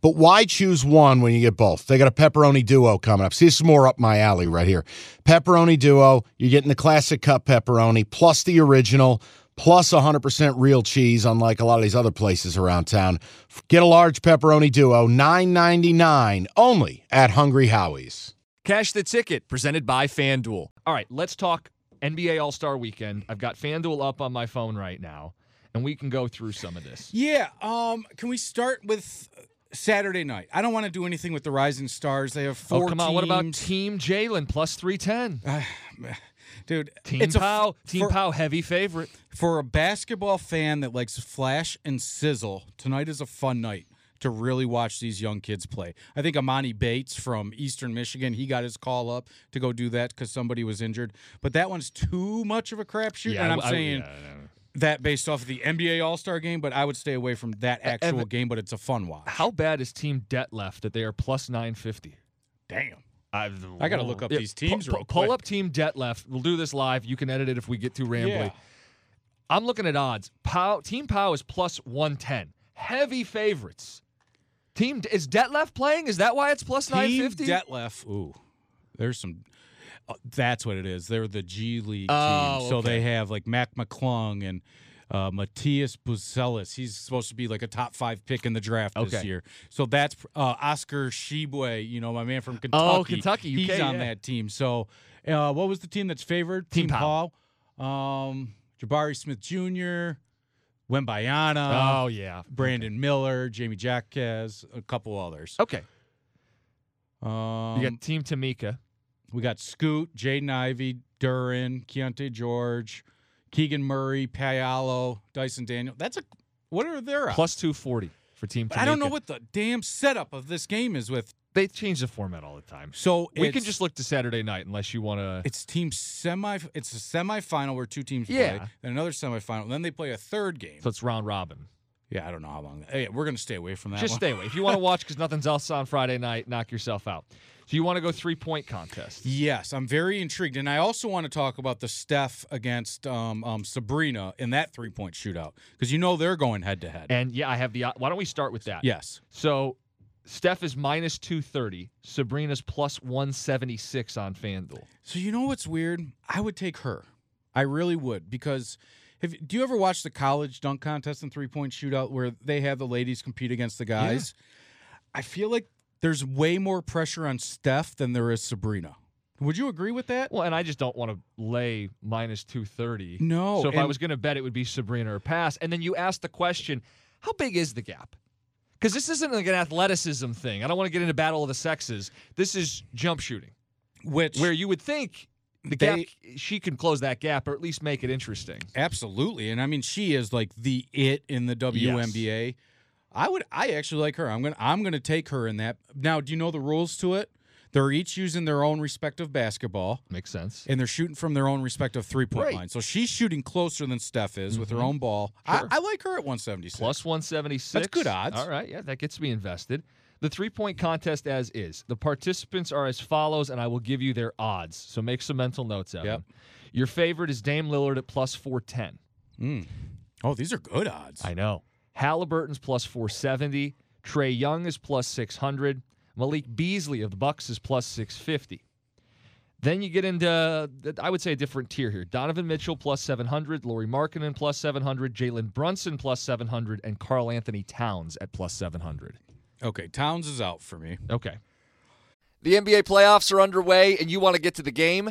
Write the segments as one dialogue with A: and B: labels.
A: But why choose one when you get both? They got a pepperoni duo coming up. See, this is more up my alley right here. Pepperoni duo, you're getting the classic cup pepperoni plus the original plus 100% real cheese unlike a lot of these other places around town. Get a large pepperoni duo, 9.99 only at Hungry Howie's.
B: Cash the ticket presented by FanDuel. All right, let's talk NBA All-Star weekend. I've got FanDuel up on my phone right now and we can go through some of this.
C: Yeah, um can we start with Saturday night. I don't want to do anything with the Rising Stars. They have four.
B: Oh, come
C: teams.
B: on! What about Team Jalen plus three ten?
C: Dude,
B: Team
C: it's a f-
B: Pow, Team
C: for,
B: Pow, heavy favorite.
C: for a basketball fan that likes flash and sizzle. Tonight is a fun night to really watch these young kids play. I think Amani Bates from Eastern Michigan, he got his call up to go do that because somebody was injured. But that one's too much of a crapshoot, and I'm
B: I- I-
C: saying.
B: yeah, yeah.
C: That based off of the NBA All Star game, but I would stay away from
B: E,
C: that actual game. But it's a fun watch.
B: how bad is Team Debt left that they are plus nine fifty?
C: Damn,
B: I've,
C: I gotta look up these teams
B: Pull,
C: real
B: pull
C: quick.
B: up Team Debt left. We'll do this live. You can edit it if we get too rambly.
C: Yeah.
B: I'm looking at odds. Pow, Team Pow is plus one ten. Heavy favorites. Team is Detlef playing? Is that why it's plus nine
C: Team
B: fifty?
C: Detlef. Ooh, there's some. uh, that's what it is. They're the G League
B: Oh,
C: team, so
B: okay.
C: they have like Mac McClung and uh, Matthias Buzelis. He's supposed to be like a top five pick in the draft this
B: Okay.
C: year. So that's uh, Oscar Shibwe. You know, my man from Kentucky.
B: Oh, Kentucky,
C: He's
B: UK,
C: on
B: yeah.
C: that team. So, uh, what was the team that's favored?
B: Team
C: Paul. Um, Jabari Smith Jr. Wembayana.
B: oh yeah.
C: Brandon Miller, Jamie Jacquez, a couple others.
B: Okay.
C: Um,
B: you got Team Tamika.
C: We got Scoot, Jaden Ivey, Durin, Keontae George, Keegan Murray, Payalo, Dyson Daniel. That's a what are their odds?
B: plus 240 for team
C: But I don't
B: Tamaica.
C: know what the damn setup of this game is with.
B: they change the format all the time
C: So
B: we can
C: it's-
B: just look to saturday night unless you want to
C: it's team semi. It's a semifinal where two teams
B: Yeah.
C: play, then another semifinal, and then they play a third game.
B: so it's round robin
C: yeah, I don't know how long. Hey, we're gonna stay away from that.
B: just
C: one.
B: stay away if you want to watch because nothing's else on friday night knock yourself out so you want to go three point contest
C: Yes, I'm very intrigued, and I also want to talk about the Steph against um, um, Sabrina in that three point shootout because you know they're going head to head.
B: and yeah i have the why don't we start with that
C: Yes.
B: so steph is minus 230 sabrina's plus 176 on fanduel
C: So you know what's weird? I would take her. I really would because if do you ever watch the college dunk contest and three point shootout where they have the ladies compete against the guys? I feel like there's way more pressure on Steph than there is Sabrina. Would you agree with that?
B: well and i just don't want to lay minus 230
C: No,
B: so if i
C: and-
B: was going to bet it would be sabrina or pass and then you ask the question how big is the gap because this isn't like an athleticism thing i don't want to get into battle of the sexes this is jump shooting
C: Which
B: where you would think the
C: They-
B: gap she can close that gap or at least make it interesting
C: absolutely, and I mean she is like the it in the WNBA. I would I actually like her. I'm gonna I'm gonna take her in that. Now, do you know the rules to it? They're each using their own respective basketball.
B: makes sense
C: and they're shooting from their own respective three point
B: Right. Mm-hmm.
C: line. So she's shooting closer than Steph is with her own ball.
B: Sure.
C: I, I like her at 176.
B: plus 176
C: That's good odds.
B: all right yeah that gets me invested the three point contest as is the participants are as follows and i will give you their odds so make some mental notes Evan.
C: Yep.
B: your favorite is dame lillard at plus 410
C: Oh, these are good odds.
B: I know. Halliburton's plus 470. Trey Young is plus 600. Malik Beasley of the Bucks is plus 650. Then you get into, uh, I would say, a different tier here. Donovan Mitchell plus 700, Laurie Markkinen plus 700, Jalen Brunson plus 700, and Carl Anthony Towns at plus 700.
C: okay, Towns is out for me.
B: Okay.
D: The NBA playoffs are underway and you want to get to the game?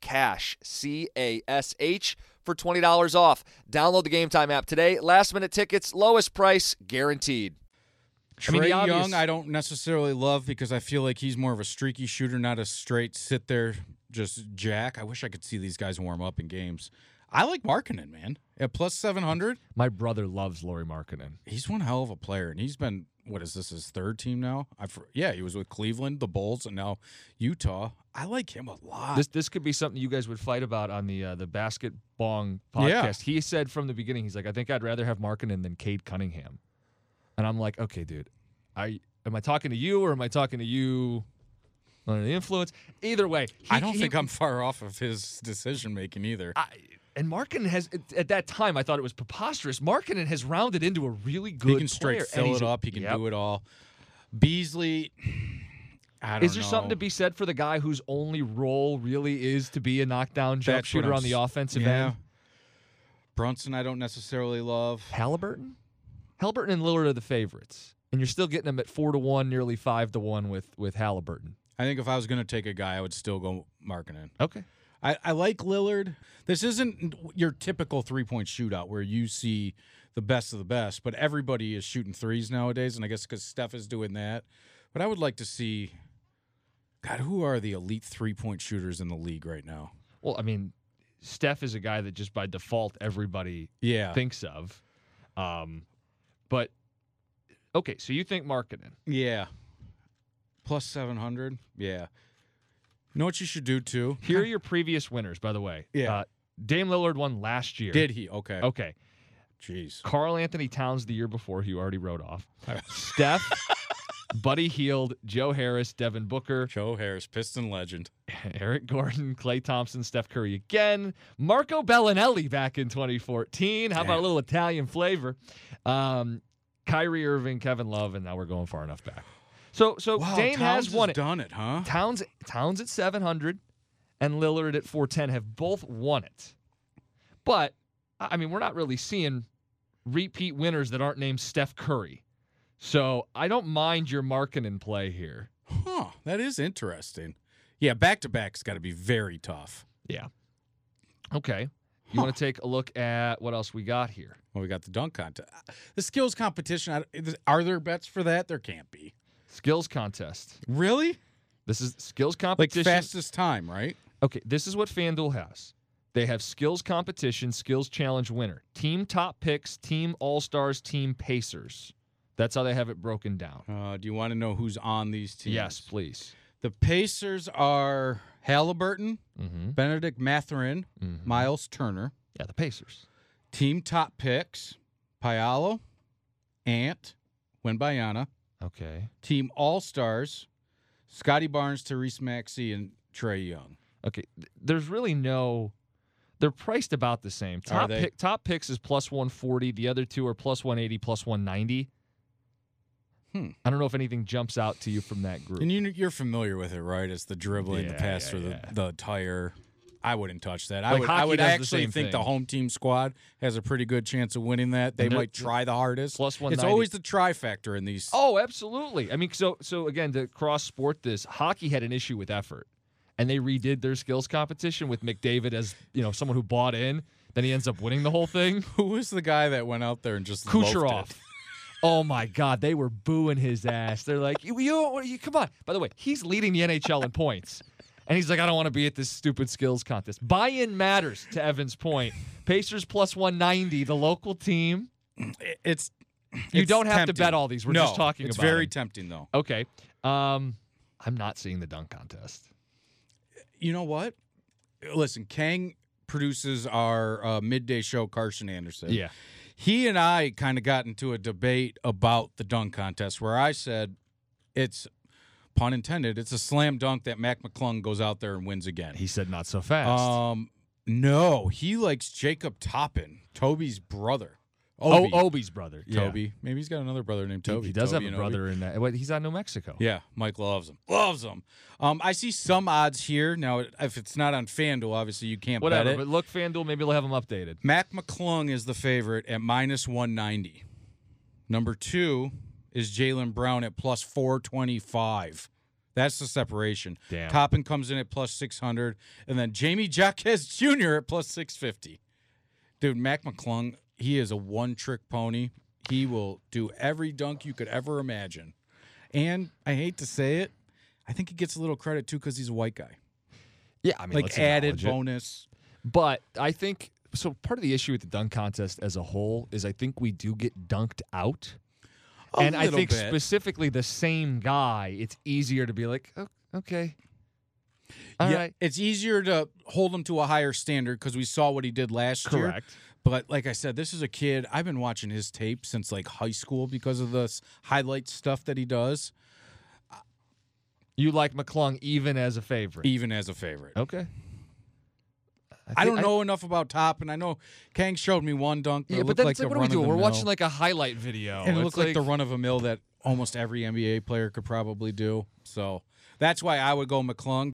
D: cash c a s h for $20 off download the game time app today last minute tickets lowest price guaranteed
B: I mean,
C: Trey
B: the obvious-
C: Young, I don't necessarily love because I feel like he's more of a streaky shooter, not a straight sit there just jack. I wish I could see these guys warm up in games. I like Markkinen, man. At plus seven hundred,
B: My brother loves Laurie Markkinen.
C: he's one hell of a player, and he's been what is this his third team now? I fr- yeah, he was with Cleveland, the Bulls, and now Utah. I like him a lot.
B: This this could be something you guys would fight about on the uh, the basket bong podcast.
C: Yeah.
B: He said from the beginning, he's like, I think I'd rather have Markkinen than Cade Cunningham, and I'm like, okay, dude, I am I talking to you or am I talking to you under the influence? Either way, he-
C: I don't
B: he-
C: think I'm far off of his decision making either.
B: I, and Markkinen has at- at that time I thought it was preposterous. Markkinen has rounded into a really good.
C: he can straight
B: player, and
C: fill
B: he's
C: it
B: a-
C: up. He can
B: Yep.
C: do it all. Beasley, I don't
B: Is there something to
C: know.
B: be said for the guy whose only role really is to be a knockdown jump
C: That's what
B: shooter
C: I'm
B: on the
C: s-
B: offensive
C: yeah.
B: end?
C: Brunson, I don't necessarily love.
B: Halliburton? Halliburton and Lillard are the favorites. And you're still getting them at four to one, nearly five to one with with Halliburton.
C: I think if I was going to take a guy, I would still go Markkinen.
B: Okay.
C: I, I like Lillard. This isn't your typical three point shootout where you see the best of the best, but everybody is shooting threes nowadays. And I guess because Steph is doing that. But I would like to see, God, who are the elite three point shooters in the league right now?
B: Well, I mean, Steph is a guy that just by default everybody
C: Yeah.
B: thinks of. Um, but okay, so you think marketing.
C: Yeah. Plus 700. Yeah. Know what you should do too?
B: Here are your previous winners, by the way.
C: Yeah.
B: Uh, Dame Lillard won last year.
C: Did he? Okay.
B: Okay.
C: Jeez.
B: Carl Anthony Towns the year before, who you already wrote off. Steph, Buddy Heald, Joe Harris, Devin Booker,
C: Joe Harris, Piston legend.
B: Eric Gordon, Clay Thompson, Steph Curry again, Marco Bellinelli back in 2014. How about a
C: Damn.
B: little Italian flavor? Um, Kyrie Irving, Kevin Love, and now we're going far enough back. So, so
C: Wow,
B: Oh, Dame
C: Towns
B: has won it.
C: done it, huh?
B: Towns, Towns at 700, and Lillard at 410 have both won it. But I I mean, we're not really seeing repeat winners that aren't named Steph Curry. So I don't mind your marking and play here.
C: Huh. That is interesting. Yeah, back to back's got to be very tough.
B: Yeah. Okay. You want to take a look at what else we got here?
C: Well, we got the dunk contest. Uh, The skills competition. I- is- Are there bets for that? There can't be.
B: Skills contest.
C: Really?
B: This is skills
C: Like
B: competition.
C: fastest time, right?
B: Okay, this is what FanDuel has. They have skills competition, skills challenge winner, team top picks, team all stars, team pacers. That's how they have it broken down.
C: Uh, do you want to know who's on these teams?
B: Yes, please.
C: The Pacers are Halliburton,
B: Mm-hmm.
C: Benedict Mathurin,
B: Mhm.
C: Miles Turner.
B: Yeah, the Pacers.
C: Team top picks: Payalo, Ant, Wenbayana.
B: Okay.
C: Team All Stars: Scotty Barnes, Therese Maxey, and Trey Young.
B: Okay. th- There's really no. They're priced about the same. Top
C: they?
B: pick, top picks is plus 140. The other two are plus 180, plus 190.
C: Hmm.
B: I don't know if anything jumps out to you from that group.
C: And you, you're familior with it, right? It's the dribbling, the
B: Yeah,
C: pass
B: yeah,
C: through
B: yeah.
C: the, the tire. I wouldn't touch that. I
B: Like
C: would. I
B: hockey
C: would
B: does the
C: actually
B: same
C: think the
B: thing.
C: home team squad has a pretty good chance of winning that. They
B: And they're-
C: might try the hardest.
B: plus
C: It's
B: 190.
C: always the trifecta in these.
B: Oh, absolutely. I mean, so so again to cross sport this, hockey had an issue with effort, and they redid their skills competition with McDavid as you know someone who bought in. Then he ends up winning the whole thing.
C: Who was the guy that went out there and just loafed it?
B: Kucherov. Oh my God, they were booing his ass. They're like, you, you, you, come on. By the way, he's leading the NHL in points, and he's like, I don't want to be at this stupid skills contest. Buy-in matters to Evan's point. Pacers plus 190, the local team.
C: It- It's
B: You
C: It's
B: don't have to
C: tempting.
B: bet all these. We're
C: no,
B: just talking
C: it's
B: about
C: very
B: them.
C: tempting though.
B: Okay. Um, I'm not seeing the dunk contest.
C: You know what? Listen, Kang produces our uh, midday show, Carson Anderson.
B: Yeah.
C: he and I kind of got into a debate about the dunk contest where I said it's pun intended, it's a slam dunk that Mac McClung goes out there and wins again.
B: He said not so fast.
C: Um no, he likes Jacob Toppin, Toby's brother.
B: oh,
C: Obi.
B: Obi's brother.
C: Yeah.
B: Toby.
C: Toby. Maybe he's got another brother named
B: He-
C: Toby.
B: He does have
C: Toby
B: a
C: and Obi.
B: brother in that. Wait, he's out in New Mexico.
C: Yeah, Mike loves him. Loves him. Um, I see some odds here. Now, if it's not on FanDuel, obviously you can't bet
B: Whatever.
C: it.
B: But look, FanDuel, maybe they'll have him updated.
C: Mac McClung is the favorite at minus 190. Number two is Jalen Brown at plus 425. That's the separation.
B: Damn.
C: Toppin comes in at plus 600. And then Jamie Jaquez Jr. at plus 650. Dude, Mac McClung, he is a one trick pony. He will do every dunk you could ever imagine. And I hate to say it, I think he gets a little credit too because he's a white guy.
B: Yeah, I mean,
C: like
B: let's
C: added
B: acknowledge it.
C: bonus.
B: But I think so. Part of the issue with the dunk contest as a whole is I think we do get dunked out,
C: A
B: and I
C: little
B: think
C: bit.
B: specifically the same guy. It's easier to be like, oh, okay, all right,
C: yeah, it's easier to hold him to a higher standard because we saw what he did last year.
B: correct.
C: But like I said, this is a kid. I've been watching his tape since like high school because of the s- highlight stuff that he does,
B: You like McClung even as a favorite?
C: even as a favorite.
B: Okay.
C: E I
B: think-
C: don't know enough about top, and I know Kang showed me one dunk. But
B: yeah,
C: it
B: but
C: looked
B: then
C: like
B: it's like,
C: the
B: what are we
C: run of
B: doing?
C: the
B: We're
C: mill.
B: watching like a highlight video.
C: and it
B: It's
C: looked like, the run of a mill that almost every NBA player could probably do. So that's why I would go McClung.